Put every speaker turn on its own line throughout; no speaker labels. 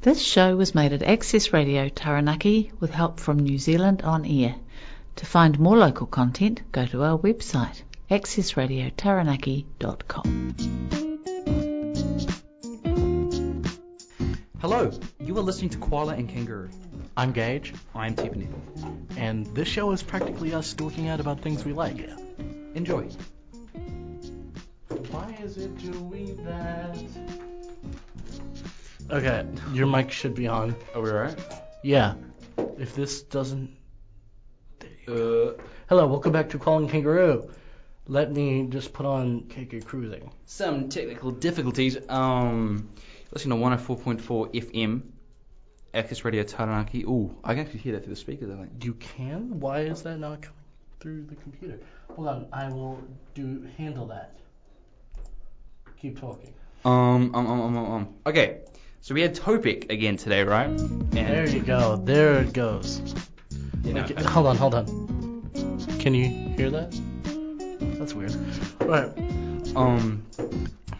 This show was made at Access Radio Taranaki with help from New Zealand On Air. To find more local content, go to our website accessradiotaranaki.com.
Hello, you are listening to Koala and Kangaroo.
I'm Gage,
I'm Tiffany.
and this show is practically us dorking out about things we like.
Enjoy.
Why is it doing that? Okay, your mic should be on.
Are we alright?
Yeah. If this doesn't.
Uh,
Hello, welcome back to Calling Kangaroo. Let me just put on KK Cruising.
some technical difficulties. Um, listening to 104.4 FM, Access Radio Taranaki. Ooh, I can actually hear that through the speakers, I think.
You can? Why is that not coming through the computer? Hold on, I will do handle that. Keep talking.
Um, um, um, um, um, um. Okay, so we had Topic again today, right? And,
There you go. There it goes.
you know,
Okay, hold on, hold on. Can you hear that? That's weird. All right.
um,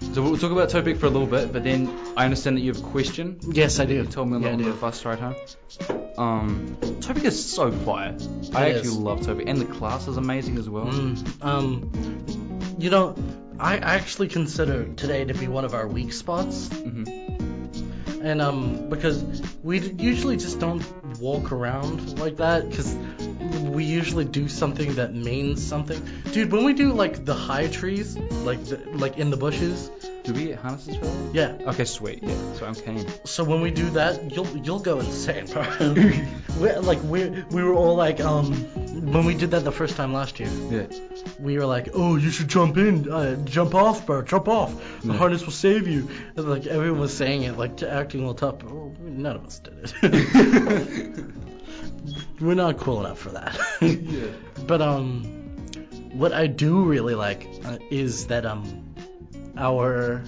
so we'll talk about Topic for a little bit, but then I understand that you have a question.
Yes, I do.
You told me a
yeah,
little
I
bit
do.
of us right huh? Um, Topic is so quiet. I
It
actually
is.
love Topic, and the class is amazing as well.
Mm, um, you know, I actually consider today to be one of our weak spots,
hmm
and um, because we d- usually just don't walk around like that, because we usually do something that means something. Dude, when we do like the high trees, like the, like in the bushes,
Do we get harnesses for that?
yeah.
Okay, sweet. Yeah, so I'm keen.
So when we do that, you'll you'll go insane, bro. we're, like we we were all like um when we did that the first time last year,
Yeah.
we were like, oh you should jump in, uh, jump off, bro, jump off. The
Yeah.
harness will save you. And, like everyone was saying it, like to acting all tough. But well, none of us did it. we're not cool enough for that.
Yeah.
But um, what I do really like uh, is that um, our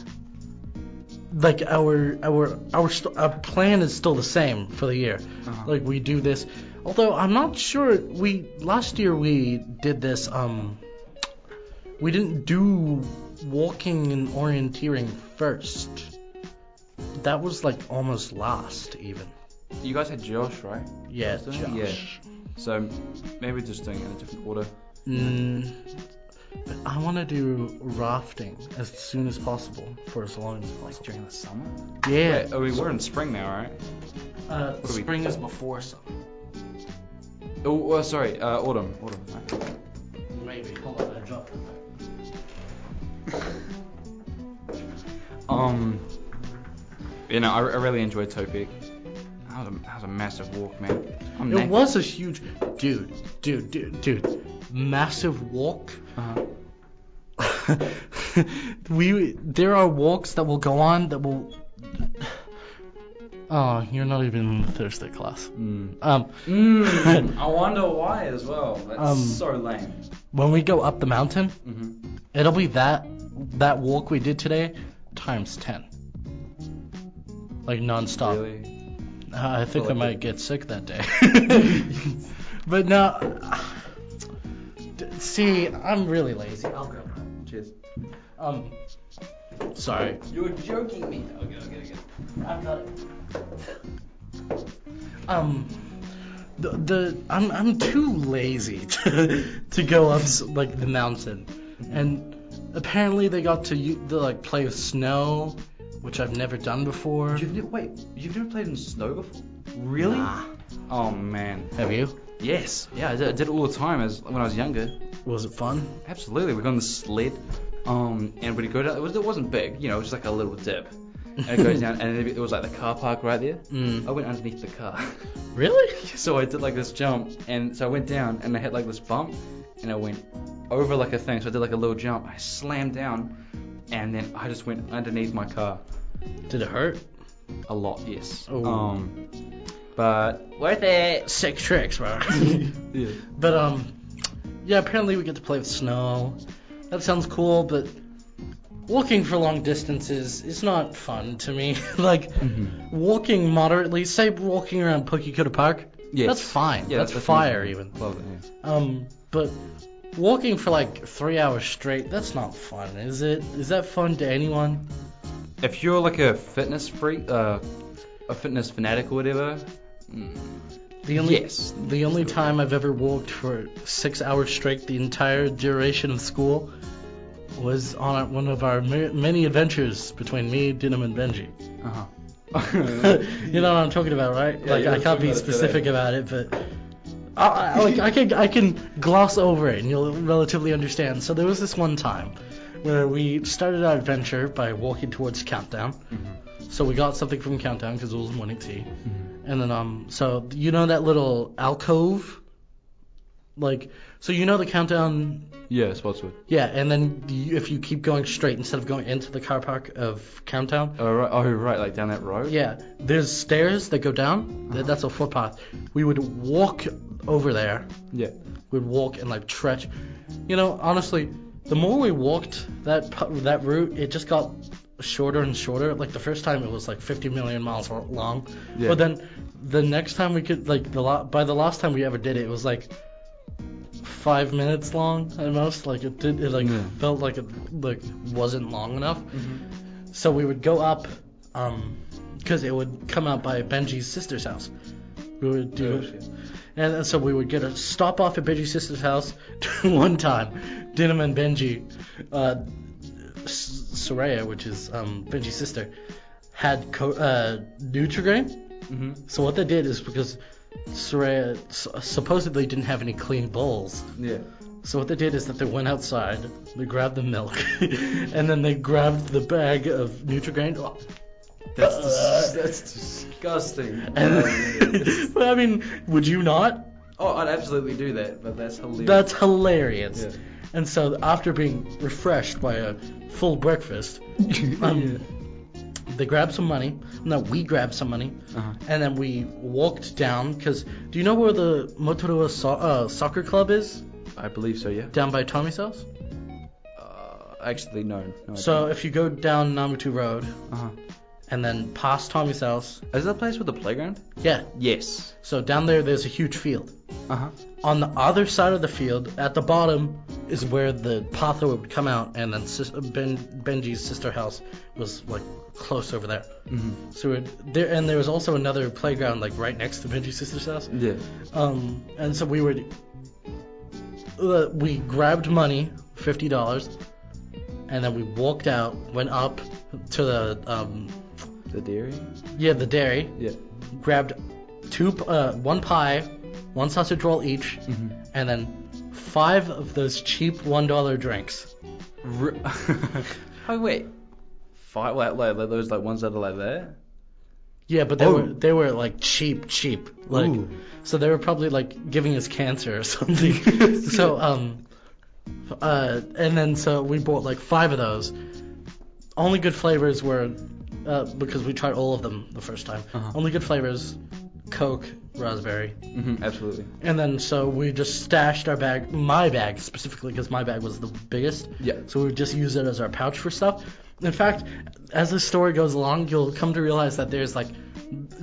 like our our our st- our plan is still the same for the year.
Uh-huh.
Like we do this, although I'm not sure we last year we did this um, we didn't do walking and orienteering first. That was like almost last even.
You guys had Josh, right?
Yeah,
So,
Josh.
So maybe we're just doing it in a different order.
Mm, but I want to do rafting as soon as possible for as long as
Like
possible.
during the summer?
Yeah.
I mean, oh, we're in spring now, right?
Uh,
do we-
spring is before summer.
Oh, uh, sorry, uh, autumn. Autumn. right.
Maybe. Hold on, I dropped it.
Um, you know, I, I really enjoyed Topic. That was, a, that was a massive walk, man. I'm
It
knackered.
was a huge, dude, dude, dude, dude, massive walk.
Uh-huh.
we there are walks that will go on that will. Oh, you're not even in the Thursday class.
Mm.
Um,
Mm, I wonder why as well. That's
Um,
so lame.
when we go up the mountain,
hmm
It'll be that that walk we did today times ten. Like nonstop.
Really?
Uh, I think I
Well,
might
like-
get sick that day. but no. d- See, I'm really lazy. I'll go.
Cheers.
Um. Sorry.
You're joking me. Okay, okay, okay.
I've got it. Um. The, the I'm I'm too lazy to to go up s- like the mountain, and apparently they got to u- the, like play with snow, which I've never done before.
You've ne- wait, you've never played in snow before? Really?
Nah.
Oh man.
Have you?
Yes. Yeah, I did, I did it all the time as when I was younger.
Was it fun?
Absolutely. We got on the sled, um, and we'd go down. It, was, it wasn't big, you know, it was just like a little dip. And it goes down, and it was like the car park right there.
Mm.
I went underneath the car.
Really?
so I did like this jump, and so I went down, and I had like this bump, and I went over like a thing. So I did like a little jump. I slammed down, and then I just went underneath my car.
Did it hurt?
A lot, yes.
Oh.
Um, but worth it.
Sick tricks, bro.
Yeah.
but um, yeah. Apparently we get to play with snow. That sounds cool, but walking for long distances is not fun to me. like
Mm-hmm.
walking moderately, say walking around Pukekota Park.
Yes.
That's fine.
Yeah,
that's,
that's
fire
amazing.
even.
Love it. yeah.
Um, but walking for like three hours straight, that's not fun, is it? Is that fun to anyone?
If you're like a fitness freak, uh, a fitness fanatic or whatever, mm,
The only
yes.
the only time I've ever walked for six hours straight, the entire duration of school, was on our- one of our ma- many adventures between me, Dinam, and Benji.
Uh-huh.
you know what I'm talking about, right?
Yeah,
like
you
I
were
can't
talking
be
about it
specific
today.
about it, but I, I, like I can I can gloss over it and you'll relatively understand. So there was this one time where we started our adventure by walking towards Countdown.
Mm-hmm.
So we got something from Countdown because it was morning tea, E. and then um so you know that little alcove, like so you know the Countdown
yeah, Spotswood.
yeah, and then you, if you keep going straight instead of going into the car park of Countdown,
Oh right, oh right, like down that road.
yeah, there's stairs that go down. Th- That's a footpath. We would walk over there.
Yeah.
We'd walk and like trudge. You know, honestly, the more we walked that pu- that route, it just got shorter and shorter. Like the first time, it was like 50 million miles lo- long.
Yeah.
But then the next time we could like the la- by the last time we ever did it, it was like five minutes long at most. Like it did, it like
Yeah.
felt like it like wasn't long enough.
Mm-hmm.
So we would go up, um 'cause because it would come out by Benji's sister's house. We would do
Oh,
it.
shit.
And then- so we would get a stop off at Benji's sister's house one time. Denim and Benji, uh, S- Soraya, which is um, Benji's sister, had co- uh, Nutrigrain.
hmm
So what they did is because Soraya s- supposedly didn't have any clean bowls.
Yeah.
So what they did is that they went outside, they grabbed the milk, and then they grabbed the bag of Nutrigrain.
Oh. That's dis- that's disgusting.
And
oh,
but I mean, would you not?
I'd absolutely do that, but that's hilarious.
That's hilarious.
Yeah.
And so after being refreshed by a full breakfast, um, they grabbed some money. No, we grabbed some money,
Uh-huh.
and then we walked down. Cause do you know where the Motorua so- uh, Soccer Club is?
I believe so. Yeah.
Down by Tommy's house.
Uh, actually, no. no I
So if you go down Namutu Road
don't. uh-huh.
and then past Tommy's house,
is that the place with the playground?
yeah.
Yes.
So down there, there's a huge field.
Uh huh.
on the other side of the field, at the bottom, is where the patho would come out, and then sis- uh, ben- Benji's sister house was like close over there.
hmm
So it, there, and there was also another playground like right next to Benji's sister's house.
Yeah.
Um, and so we would, uh, we grabbed money, fifty dollars, and then we walked out, went up to the um,
The dairy.
yeah, the dairy,
Yeah.
grabbed two, p- uh, one pie, one sausage roll each
Mm-hmm.
and then five of those cheap one dollar drinks.
oh wait. Five like, like like those like ones that are like that.
Yeah, but they
Oh.
were they were like cheap, cheap. Like
Ooh.
so they were probably like giving us cancer or something. so um uh and then so we bought like five of those. Only good flavors were uh, because we tried all of them the first time.
Uh-huh.
Only good flavors Coke, raspberry.
Mm-hmm. Absolutely.
And then so we just stashed our bag, my bag specifically, because my bag was the biggest.
Yeah.
So we would just use it as our pouch for stuff. In fact, as the story goes along, you'll come to realize that there's like,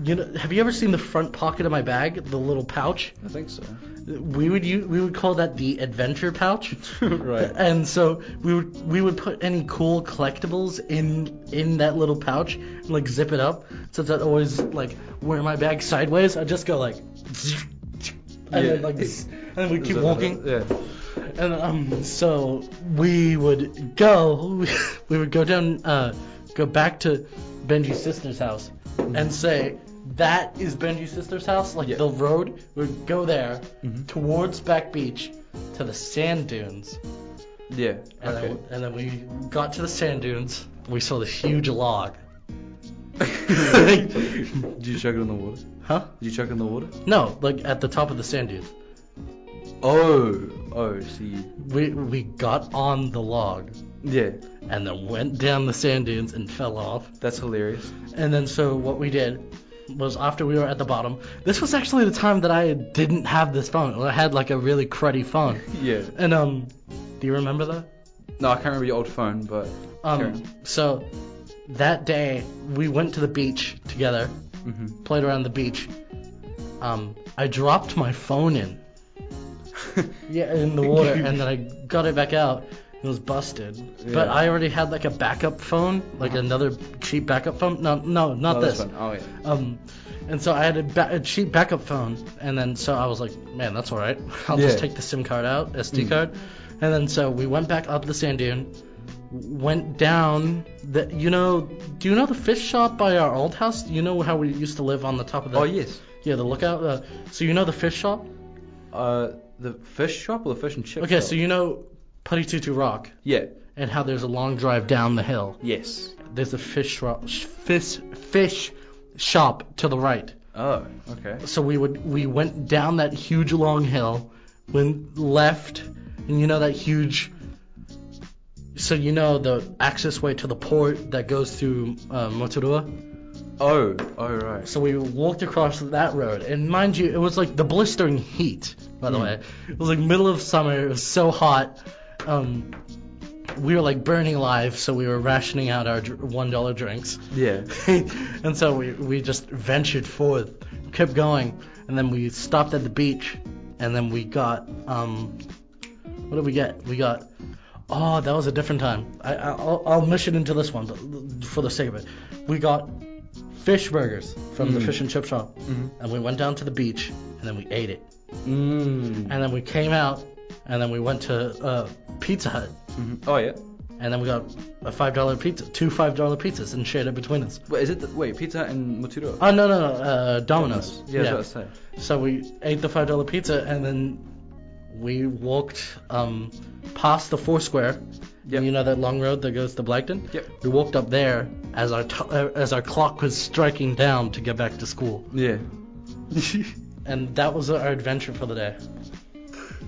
you know, have you ever seen the front pocket of my bag, the little pouch?
I think so.
We would use, we would call that the adventure pouch.
right.
And so we would we would put any cool collectibles in in that little pouch, and like zip it up, so that I'd always like wear my bag sideways. I just go like, and then
Yeah.
like, this, and then we
Is
keep
that-
walking.
Yeah.
And um, so we would go, we would go down, uh, go back to Benji's sister's house, and say that is Benji's sister's house, like
Mm-hmm. Yeah.
the road. We would go there
Mhm.
towards Back Beach to the sand dunes.
Yeah.
And,
okay.
then, and then we got to the sand dunes. We saw this huge log.
Did you chuck it in the water?
Huh?
Did you chuck it in the water?
No, like at the top of the sand dunes.
Oh, oh, see.
We we got on the log
Yeah,
and then went down the sand dunes and fell off.
that's hilarious.
And then so what we did was after we were at the bottom. This was actually the time that I didn't have this phone. I had like a really cruddy phone.
Yeah.
And um, do you remember that?
No, I can't remember your old phone, but.
Um,
Sure.
so that day we went to the beach together.
hmm
played around the beach. Um, I dropped my phone in, yeah, in the water, and then I got it back out. It was busted.
Yeah. Uh-huh.
But I already had like a backup phone, like another cheap backup phone. No, no, not
Oh,
this.
one. Oh yeah.
Um, and so I had a, ba- a cheap backup phone, and then so I was like, man, that's all right. I'll just
Yeah.
take the SIM card out, SD
Mm.
card, and then so we went back up the sand dune, went down the, you know, do you know the fish shop by our old house? You know how we used to live on the top of the,
Oh yes.
yeah, the lookout. Uh, so you know the fish shop?
Uh, the fish shop or the fish and chip
Okay,
shop?
so you know Putty Tutu Rock
Yeah.
and how there's a long drive down the hill.
Yes.
There's a fish shop, fish fish shop to the right.
Oh. Okay.
so we would we went down that huge long hill, went left, and you know that huge. So you know the access way to the port that goes through uh, Motorua.
Oh. Oh right.
So we walked across that road, and mind you, it was like the blistering heat. By the
Mm.
way, it was like middle of summer. It was so hot. Um, we were like burning alive, so we were rationing out our dr- one dollar drinks.
Yeah.
and so we, we just ventured forth, kept going, and then we stopped at the beach, and then we got um, what did we get? We got oh that was a different time. I, I I'll, I'll mush it into this one, but for the sake of it, we got fish burgers from the
Mhm.
fish and chip shop, and we went down to the beach, and then we ate it,
Mmm.
and then we came out, and then we went to uh, Pizza Hut,
Mhm. Oh yeah.
and then we got a five dollar pizza, two five dollar pizzas, and shared it between us.
Wait, is it the, wait Pizza Hut and Moturo?
Oh no no no, uh, Domino's.
Yeah, I was about to say.
So we ate the five dollar pizza and then we walked um, past the Foursquare.
Yep.
You know that long road that goes to Blackton.
Yep.
We walked up there as our t- uh, as our clock was striking down to get back to school,
Yeah.
and that was our adventure for the day.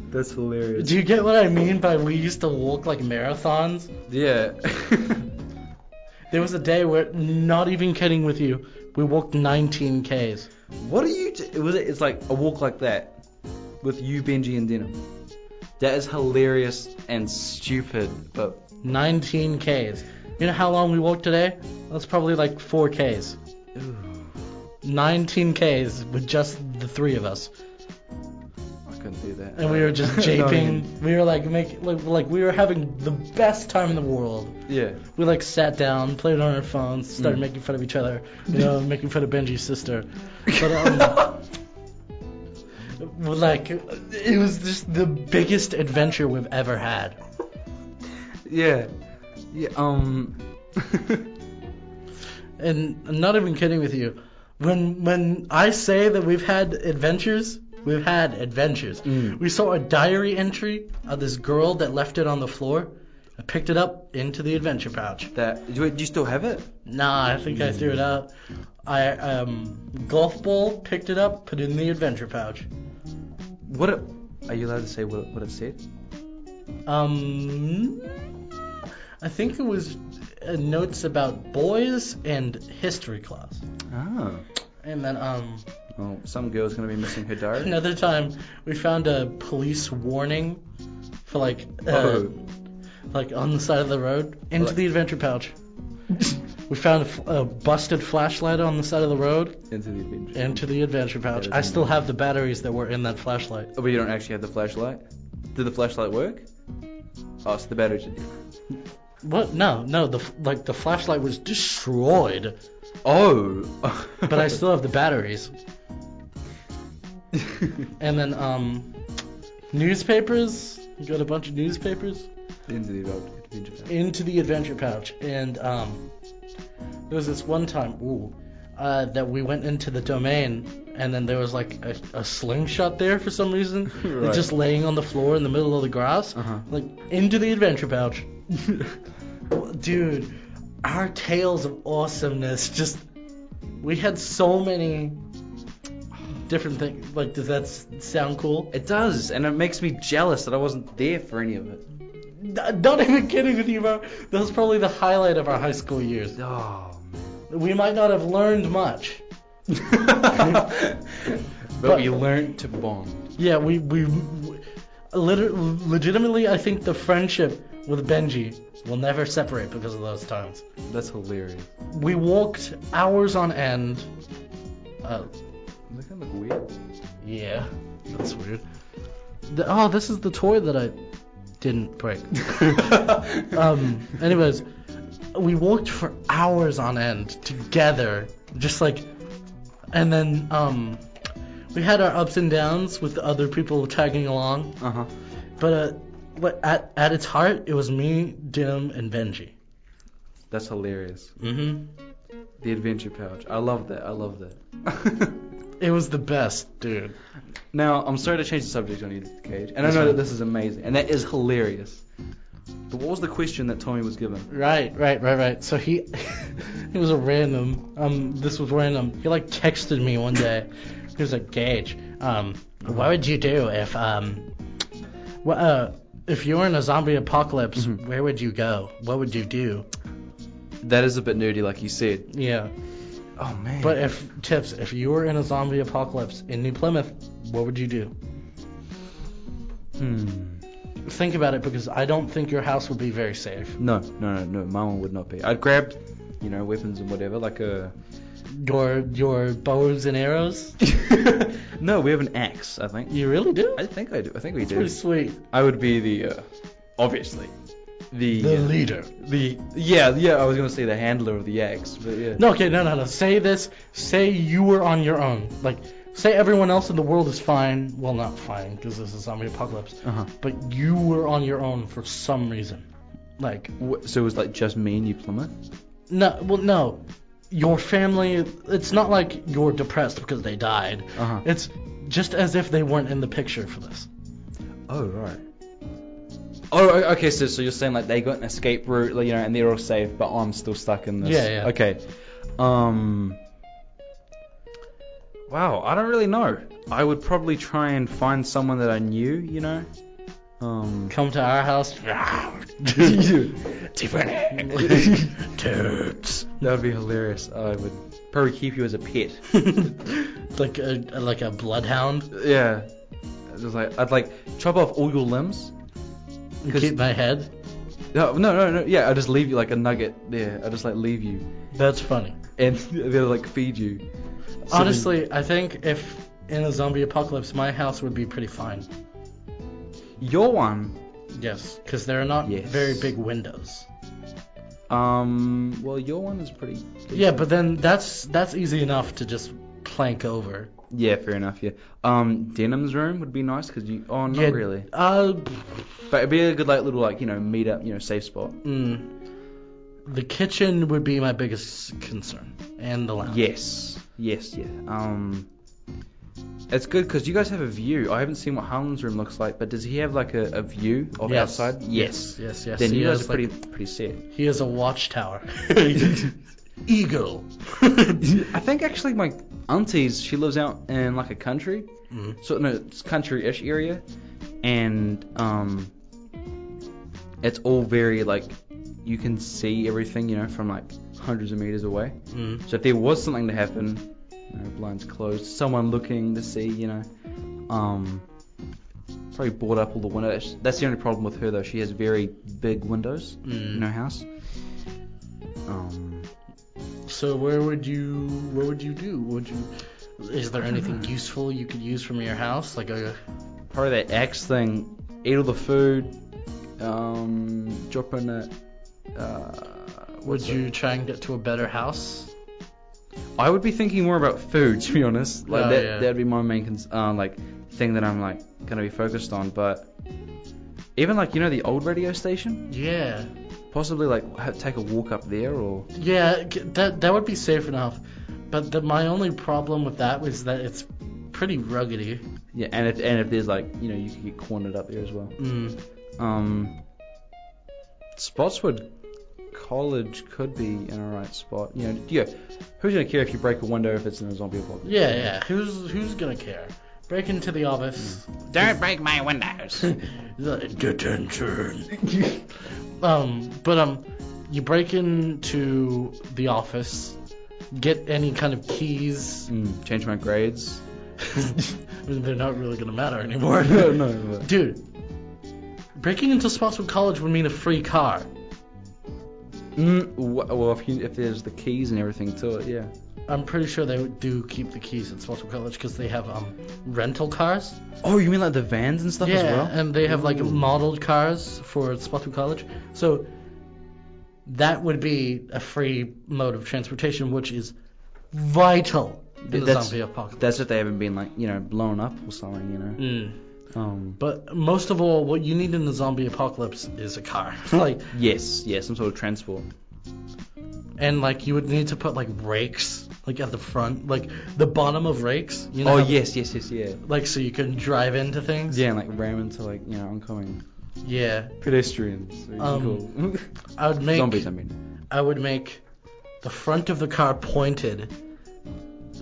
That's hilarious.
Do you get what I mean by we used to walk like marathons?
Yeah.
There was a day where, not even kidding with you, we walked 19 k's.
what are you? T- was it? It's like a walk like that, with you, Benji, and Denim. That is hilarious and stupid, but
19 k's. You know how long we walked today? That's probably like 4 k's. 19 Ks with just the three of us,
I couldn't do that.
and we were just
No, I
japing.
mean,
we were like making like, like we were having the best time in the world.
yeah.
We like sat down, played on our phones, started
Mm.
making fun of each other, you know, making fun of Benji's sister. But um, we, like it was just the biggest adventure we've ever had.
Yeah. Yeah. Um.
And I'm not even kidding with you. When when I say that we've had adventures, we've had adventures.
Mm.
We saw a diary entry of this girl that left it on the floor. I picked it up into the adventure pouch.
that. Do you, do you still have it?
Nah, I think I threw it out. I um golf ball picked it up, put it in the adventure pouch.
What? It, are you allowed to say what it, what it said?
Um, I think it was uh, notes about boys and history class.
Ah.
And then um
Well, some girl's gonna be missing her diary.
Another time, we found a police warning for like, uh,
Oh.
like on the side of the road into
Like-
the adventure pouch. we found a, f- a busted flashlight on the side of the road
Into the adventure.
into the adventure pouch.
Yeah,
I still have the batteries that were in that flashlight.
Oh, but you don't actually have the flashlight. Did the flashlight work? Oh, so the battery should.
What? No, no. The f- like the flashlight was destroyed,
Oh.
but I still have the batteries. And then um, newspapers. You got a bunch of newspapers.
Into the adventure. pouch.
into the adventure pouch, and um, there was this one time, ooh, uh, that we went into the domain, and then there was like a, a slingshot there for some reason,
Right.
just laying on the floor in the middle of the grass,
Uh-huh.
like into the adventure pouch, dude. Our tales of awesomeness just, we had so many different things. Like, does that s- sound cool?
It does, and it makes me jealous that I wasn't there for any of it.
N- Not even kidding with you, bro. That was probably the highlight of our high school years.
Oh
we might not have learned much.
man. but,
But-
we learned to bond.
Yeah, we we, we liter- legitimately, I think the friendship with Benji will never separate because of those times.
That's hilarious.
We walked hours on end. Uh,
Does that kind of look weird?
yeah, that's weird. The, oh, this is the toy that I. didn't break. um, anyways, we walked for hours on end together, just like, and then um, we had our ups and downs with the other people tagging along.
Uh huh.
But uh, what- at at its heart, it was me, Dim, and Benji.
That's hilarious.
Mm-hmm.
The adventure pouch. I love that. I love that.
It was the best, dude.
now, I'm sorry to change the subject on you, Cage, and I
That's
know that
fine.
this is amazing, and that is hilarious. But what was the question that Tommy was given?
Right, right, right, right. So he, it was a random. Um, this was random. He like texted me one day. He was like, Gage, um, what would you do if um, wha- uh, if you were in a zombie apocalypse?
Mhm.
Where would you go? What would you do?
That is a bit nerdy, like you said.
Yeah.
Oh man.
But if tips, if you were in a zombie apocalypse in New Plymouth, what would you do?
Hmm.
Think about it because I don't think your house would be very safe.
No, no, no, no. My one would not be. I'd grab, you know, weapons and whatever, like a.
Your your bows and arrows.
no, we have an axe. I think.
You really do.
I think I do. I think we
That's
do.
pretty sweet.
I would be the, uh, obviously, the
The
uh,
leader.
the yeah yeah. I was gonna say the handler of the axe, but yeah.
No, okay, no, no, no. Say this. Say you were on your own. Like, say everyone else in the world is fine. Well, not fine, because this is zombie apocalypse.
Uh huh.
But you were on your own for some reason. Like,
So it was like just me and you, Plymouth.
no, well, no. Your family. It's not like you're depressed because they died.
Uh-huh.
It's just as if they weren't in the picture for this.
Oh right. Oh o- okay. So so you're saying like they got an escape route, like, you know, and they're all safe, but I'm still stuck in this.
Yeah, yeah.
Okay. Um. Wow, I don't really know. I would probably try and find someone that I knew, you know. Um.
Come to our house. Tiffany. Toots.
That would be hilarious. I would probably keep you as a pet.
like a like a bloodhound.
Yeah. Just like I'd like chop off all your limbs. Because-
Keep my head.
No, no, no, no. Yeah, I just leave you like a nugget there. I just like leave you,
That's funny.
and they'll like feed you. So then-
Honestly, I think if in a zombie apocalypse, my house would be pretty fine.
your one.
Yes, because there are not
Yes.
very big windows.
Um. Well, your one is pretty.
Yeah, but then that's that's easy enough to just plank over.
Yeah, fair enough. Yeah. Um, Denim's room would be nice because you. Oh, not
Yeah,
really.
Uh,
But it'd be a good like little like you know meet up you know safe spot.
mm, the kitchen would be my biggest concern, and the lounge.
Yes. Yes. Yeah. Um. It's good because you guys have a view. I haven't seen what Harlan's room looks like, but does he have like a, a view of
Yes.
outside?
Yes, yes, yes.
Then
He
you guys
has,
are pretty
like-
pretty set.
He is a watchtower. Eagle.
I think actually my auntie's she lives out in like a country,
Mm.
so no, it's country-ish area, and um, it's all very like you can see everything you know from like hundreds of meters away.
Mm.
So if there was something to happen, you know, blinds closed, someone looking to see, you know, um, probably board up all the windows. That's the only problem with her though. She has very big windows
Mm.
in her house. Um.
So where would you what would you do? Would you is there anything useful you could use from your house? Like uh, a
part of that axe thing, eat all the food, um, drop in a. Uh,
would
what's
you
it?
try and get to a better house?
I would be thinking more about food, to be honest. Like
Oh,
that,
yeah.
that'd be my main cons- uh, like thing that I'm like gonna be focused on. But even like you know the old radio station,
Yeah.
possibly like ha- take a walk up there or.
Yeah, g- that that would be safe enough. But the, my only problem with that was that it's pretty ruggedy.
Yeah, and if and if there's like you know you could get cornered up there as well.
Mm.
Um, Spotswood College could be an alright spot. You know, yeah. Who's gonna care if you break a window if it's in a zombie apocalypse?
Yeah, yeah. Who's who's gonna care? Break into the office.
Don't break my windows.
Mm. Detention. um, but um, you break into the office, get any kind of keys.
Mm, change my grades.
They're not really gonna matter anymore.
no, no, no.
Dude, breaking into Spotswood College would mean a free car.
Mm, wh- well, if, you, if there's the keys and everything to it, yeah.
I'm pretty sure they do keep the keys at Swartwood College because they have um rental cars.
Oh, you mean like the vans and stuff
yeah, um,
as well?
and they have like
Ooh.
modeled cars for Swartwood College. So that would be a free mode of transportation, which is vital in the
That's-
zombie apocalypse.
That's if they haven't been like you know blown up or something, you know.
Mm.
Um,
But most of all, what you need in the zombie apocalypse is a car. like,
yes, yeah, some sort of transport.
and like you would need to put like rakes like at the front, like the bottom of rakes. You know,
oh
how-
yes, yes, yes, yeah.
Like so you can drive into things.
Yeah, and like ram into like you know oncoming
Yeah.
pedestrians.
Um,
cool.
I would make.
Zombies, I mean.
I would make the front of the car pointed,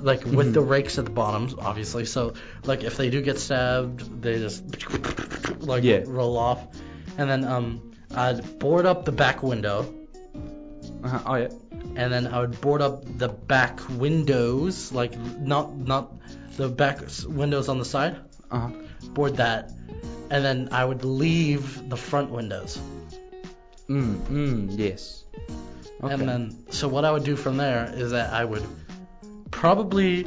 like with
Mm-hmm.
the rakes at the bottoms, obviously. So like if they do get stabbed, they just like
Yeah.
roll off, and then um I'd board up the back window,
Uh-huh. Oh yeah.
and then I would board up the back windows, like not not the back s- windows on the side,
Uh huh.
board that, and then I would leave the front windows.
Mm. Mm. Yes. Okay.
And then, so what I would do from there is that I would probably,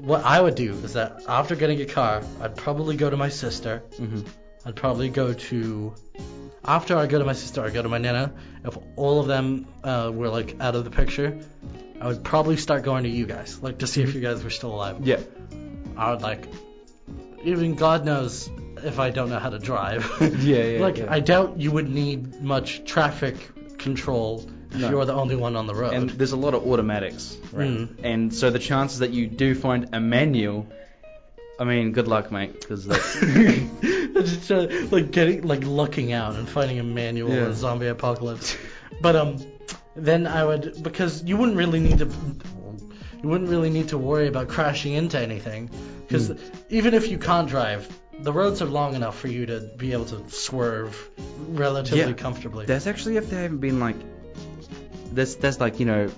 what I would do is that after getting a car, I'd probably go to my sister.
Mhm.
I'd probably go to, after I go to my sister, I go to my nana. If all of them uh, were like out of the picture, I would probably start going to you guys, like to see if you guys were still alive.
Yeah.
I would like, even God knows if I don't know how to drive.
Yeah, yeah,
like
yeah.
I doubt you would need much traffic control if
No.
you're the only one on the road.
And there's a lot of automatics.
Mm.
around. And so the chances that you do find a manual, I mean, good luck, mate, because that's
Just, uh, like getting, like looking out and finding a manual
Yeah.
in zombie apocalypse. But um, then I would because you wouldn't really need to, you wouldn't really need to worry about crashing into anything,
Hmm.
because even if you can't drive, the roads are long enough for you to be able to swerve relatively
Yeah.
comfortably.
That's actually if they haven't been like. That's that's like you know.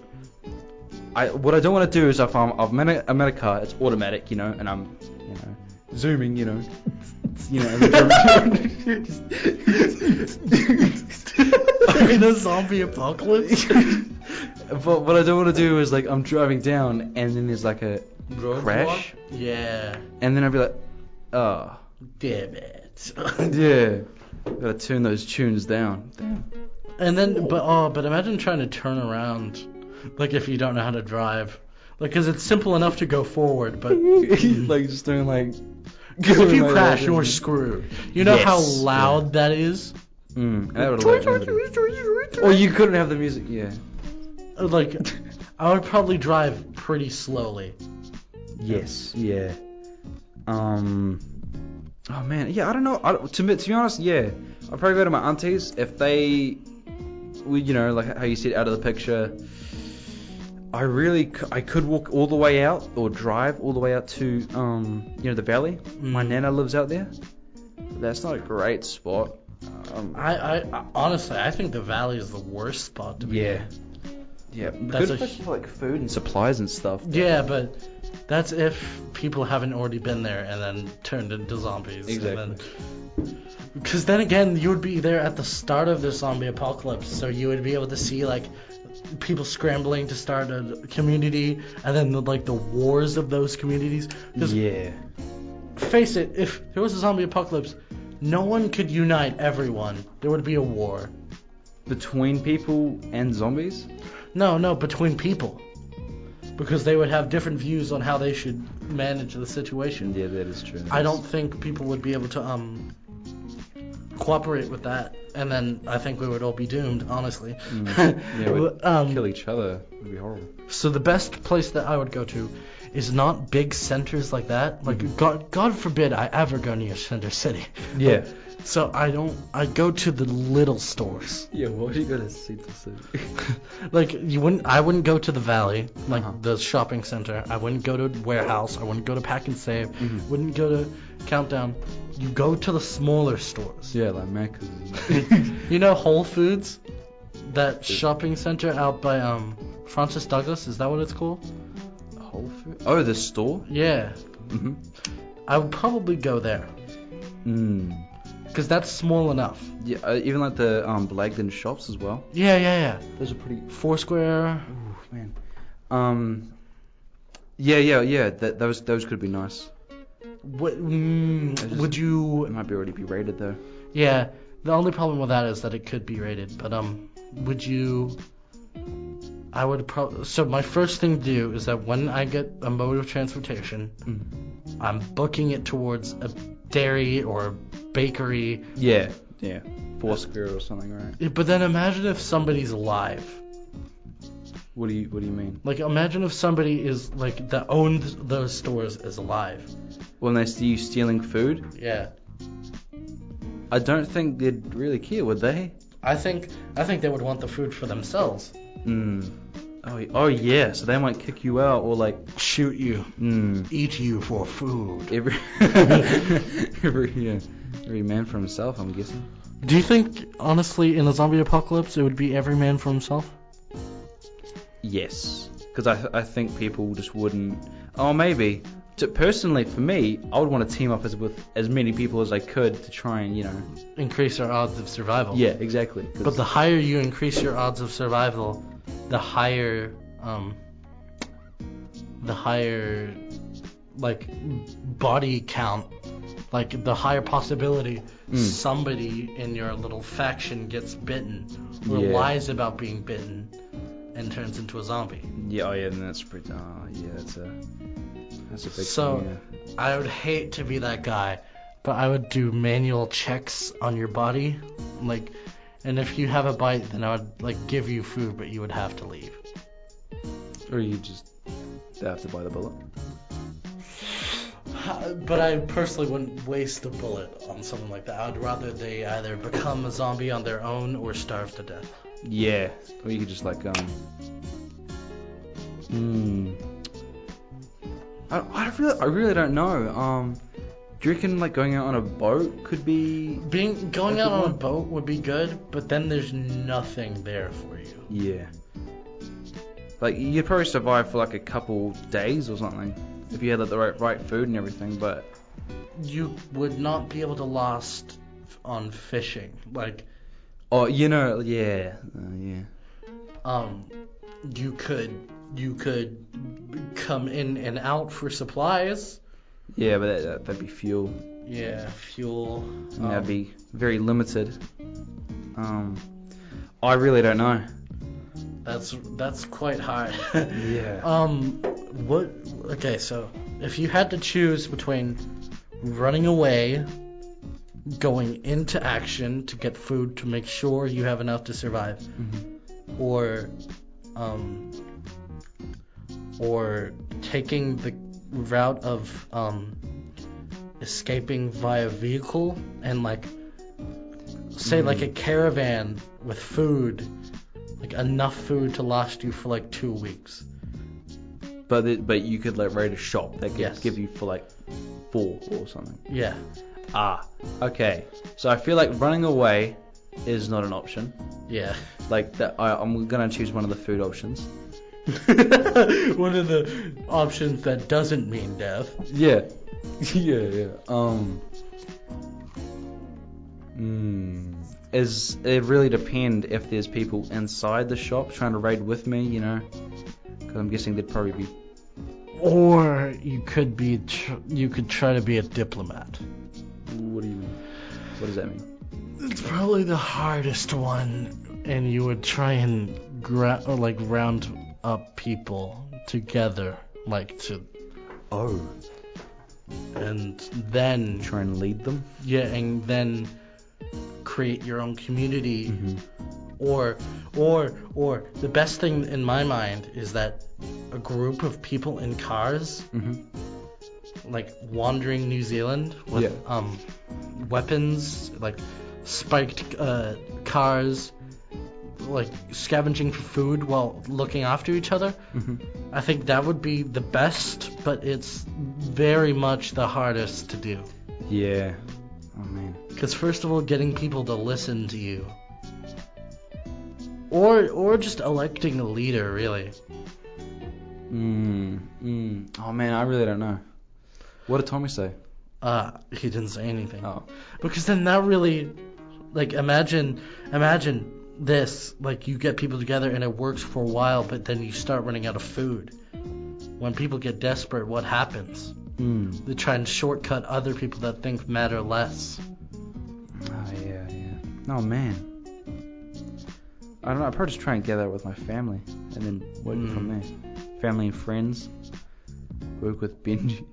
I what I don't want to do is if I'm I've met a, I'm in a car, it's automatic, you know, and I'm you know zooming, you know, you know. and then-
in a zombie apocalypse.
but what I don't want to do is like I'm driving down and then there's like a crash,
Yeah.
and then I'd be like, oh
Damn it.
yeah, gotta turn those tunes down.
and then, but oh, but imagine trying to turn around, like if you don't know how to drive, like 'cause it's simple enough to go forward, but
like just doing like.
if you crash, you're screwed. You know how
Yes.
loud that is.
Mm, that would've worked, wouldn't it? Or you couldn't have the music. Yeah.
Like, I would probably drive pretty slowly.
Yes. Yeah. Um. Oh man. Yeah. I don't know. I, don't- to be- to be honest, yeah. I'd probably go to my auntie's if they, were, you know, like how you said, out of the picture. I really c- I could walk all the way out or drive all the way out to um you know the valley. My
Mm.
nana lives out there. That's not a great spot. Um,
I, I, I honestly, I think the valley is the worst spot to be.
yeah. Yeah.
That's
good
a
place for like food and supplies and stuff.
Yeah, but that's if people haven't already been there and then turned into zombies.
Exactly.
Because then again, you would be there at the start of the zombie apocalypse, so you would be able to see like people scrambling to start a community, and then like the wars of those communities. 'Cause
Yeah.
face it, if there was a zombie apocalypse, no one could unite everyone. There would be a war.
Between people and zombies.
No, no, between people. Because they would have different views on how they should manage the situation.
Yeah, that is true.
I don't think people would be able to um cooperate with that, and then I think we would all be doomed, honestly.
Mm. Yeah, we'd
um,
kill each other. It'd be horrible.
so the best place that I would go to is not big centers like that. Like
Mm-hmm.
God, God forbid I ever go near Center City.
Yeah.
So I don't. I go to the little stores.
Yeah, what are you gonna see to see?
Like you wouldn't. I wouldn't go to the Valley, like
Uh-huh.
the shopping center. I wouldn't go to warehouse. I wouldn't go to Pack and Save.
Mm-hmm.
Wouldn't go to Countdown. You go to the smaller stores.
yeah, like Macca's.
You know Whole Foods? That shopping center out by um Francis Douglas, is that what it's called?
Whole Foods? Oh, the store?
Yeah.
Mm-hmm.
I would probably go there
Mm.
because that's small enough.
Yeah, uh, even like the um, Blagden shops as well.
Yeah, yeah, yeah.
Those are pretty.
Foursquare.
Ooh, man. Um, yeah, yeah, yeah. That, those those could be nice.
What, mm,
I just-
would you
It might be already be rated though.
Yeah, the only problem with that is that it could be rated. But um, would you? I would probably. So my first thing to do is that when I get a mode of transportation,
Hmm.
I'm booking it towards a dairy or a bakery.
Yeah, yeah. Foursquare or something, right?
But then imagine if somebody's alive.
What do you What do you mean?
Like imagine if somebody is like that owned those stores is alive.
When they see you stealing food,
Yeah.
I don't think they'd really care, would they?
I think I think they would want the food for themselves.
Hmm. Oh, y- oh yeah. So they might kick you out or like.
Shoot you,
Hmm.
eat you for food.
Every every yeah, every man for himself, I'm guessing.
Do you think, honestly, in a zombie apocalypse, it would be every man for himself?
Yes, because I I think people just wouldn't. Oh, maybe. To, personally, for me, I would want to team up as with as many people as I could to try and you know.
Increase our odds of survival.
Yeah, exactly. 'cause-
But the higher you increase your odds of survival, the higher, um, the higher, like, body count, like, the higher possibility somebody in your little faction gets bitten or
Yeah.
lies about being bitten and turns into a zombie.
yeah, oh, yeah, and that's pretty. Oh, yeah, that's a that's a big.
So-
thing,
I would hate to be that guy, but I would do manual checks on your body, like, and if you have a bite, then I would like give you food, but you would have to leave.
yeah. or you just they have to buy the bullet.
Uh, But I personally wouldn't waste a bullet on someone like that. I'd rather they either become a zombie on their own or starve to death.
Yeah, or you could just like um. Hmm. I, I really I really don't know. Um, do you reckon like going out on a boat could be?
Being going
That's
out
a
on a
good
boat would be good, but then there's nothing there for you.
Yeah. Like you'd probably survive for like a couple days or something if you had like the right right food and everything. But
You would not be able to last f- on fishing. Like
oh, you know, yeah, uh, yeah.
um, you could you could come in and out for supplies.
Yeah, but that, that, that'd be fuel.
Yeah, fuel.
And that'd
um,
be very limited. Um, I really don't know.
That's that's quite hard.
Yeah.
Um, what? Okay, so if you had to choose between running away, going into action to get food to make sure you have enough to survive, or um, or taking the route of um, escaping via vehicle and like say like a caravan with food like enough food to last you for like two weeks
But it, but you could like raid a shop that could
Yes.
give you for like four or something.
yeah
Ah, okay. So I feel like running away is not an option.
yeah
Like that, I, I'm gonna choose one of the food options.
one of the options that doesn't mean death
Yeah. yeah, yeah. Um. Mm, is it really depend if there's people inside the shop trying to raid with me, you know? Because I'm guessing they'd probably be.
or you could be tr- you could try to be a diplomat
What do you mean? What does that mean?
it's probably the hardest one and you would try and gra- or like round up people together like to
Oh.
and then
Try and lead them.
yeah and then create your own community or or or the best thing in my mind is that a group of people in cars
Mhm.
like wandering New Zealand with
Yeah.
um weapons like spiked uh, cars like scavenging for food while looking after each other
Mm-hmm.
I think that would be the best but it's very much the hardest to do
Yeah. Oh man.
because first of all, getting people to listen to you, or or just electing a leader, really.
Mm, mm. Oh man, I really don't know. What did Tommy say?
Uh, he didn't say anything.
Oh.
Because then that really, like, imagine, imagine this, like you get people together and it works for a while, but then you start running out of food. When people get desperate, what happens?
Mm.
They try and shortcut other people that think matter less.
Oh yeah, yeah. Oh man. I don't know. I probably just try and gather it with my family, and then work from there. Family and friends. Work with Benji.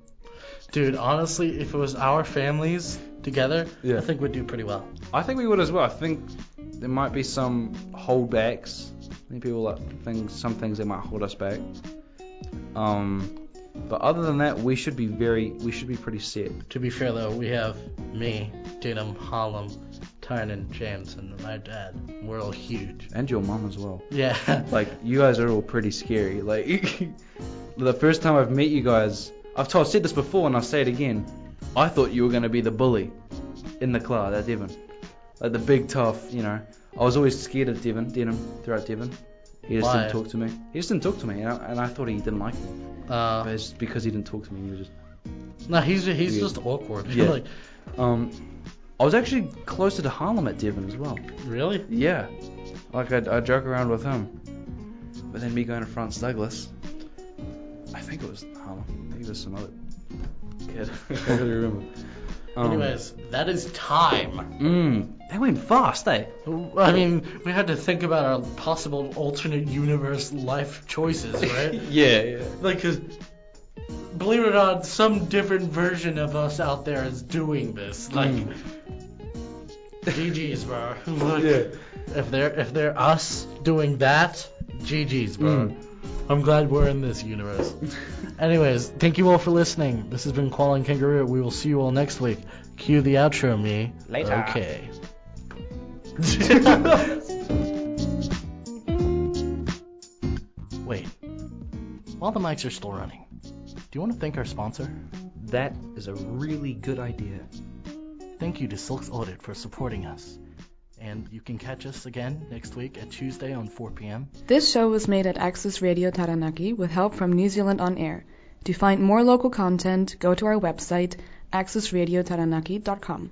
Dude, honestly, if it was our families together,
Yeah.
I think we'd do pretty well.
I think we would as well. I think there might be some holdbacks. I think people like things, some things that might hold us back. Um, but other than that, we should be very, we should be pretty set.
To be fair though, we have me, Tatum, Hollum, Tynan, James, and my dad. We're all huge.
And your mum as well.
Yeah.
Like you guys are all pretty scary. Like the first time I've met you guys, I've told, said this before and I'll say it again. I thought you were going to be the bully in the class at Devon, like the big tough. You know, I was always scared of Devon, Denham throughout Devon. He just
Why?
didn't talk to me. He just didn't talk to me, and I, and I thought he didn't like me. But
uh,
it's because he didn't talk to me. He was just.
no, he's he's
Yeah.
just awkward.
Yeah.
like,
Um, I was actually closer to Harlem at Devon as well.
really?
Yeah, like I'd, I'd joke around with him. But then me going to France Douglas, I think it was Harlem. Maybe it was some other kid. I don't really remember. Um,
Anyways, that is time.
Mm, they went fast, eh?
I mean, we had to think about our possible alternate universe life choices, right?
Yeah, yeah.
like, 'cause believe it or not, some different version of us out there is doing this. Like,
Mm.
GG's, bro. Look,
Hmm. Yeah.
if they're if they're us doing that, GG's, bro.
Mm.
I'm glad we're in this universe. Anyways, thank you all for listening. This has been Qualin Kangaroo. We will see you all next week. Cue the outro, me.
Later.
Okay. Wait. While the mics are still running, do you want to thank our sponsor?
That is a really good idea.
Thank you to Silk's Audit for supporting us. And you can catch us again next week at Tuesday on 4 p.m.
This show was made at Access Radio Taranaki with help from New Zealand On Air. To find more local content, go to our website, accessradiotaranaki.com.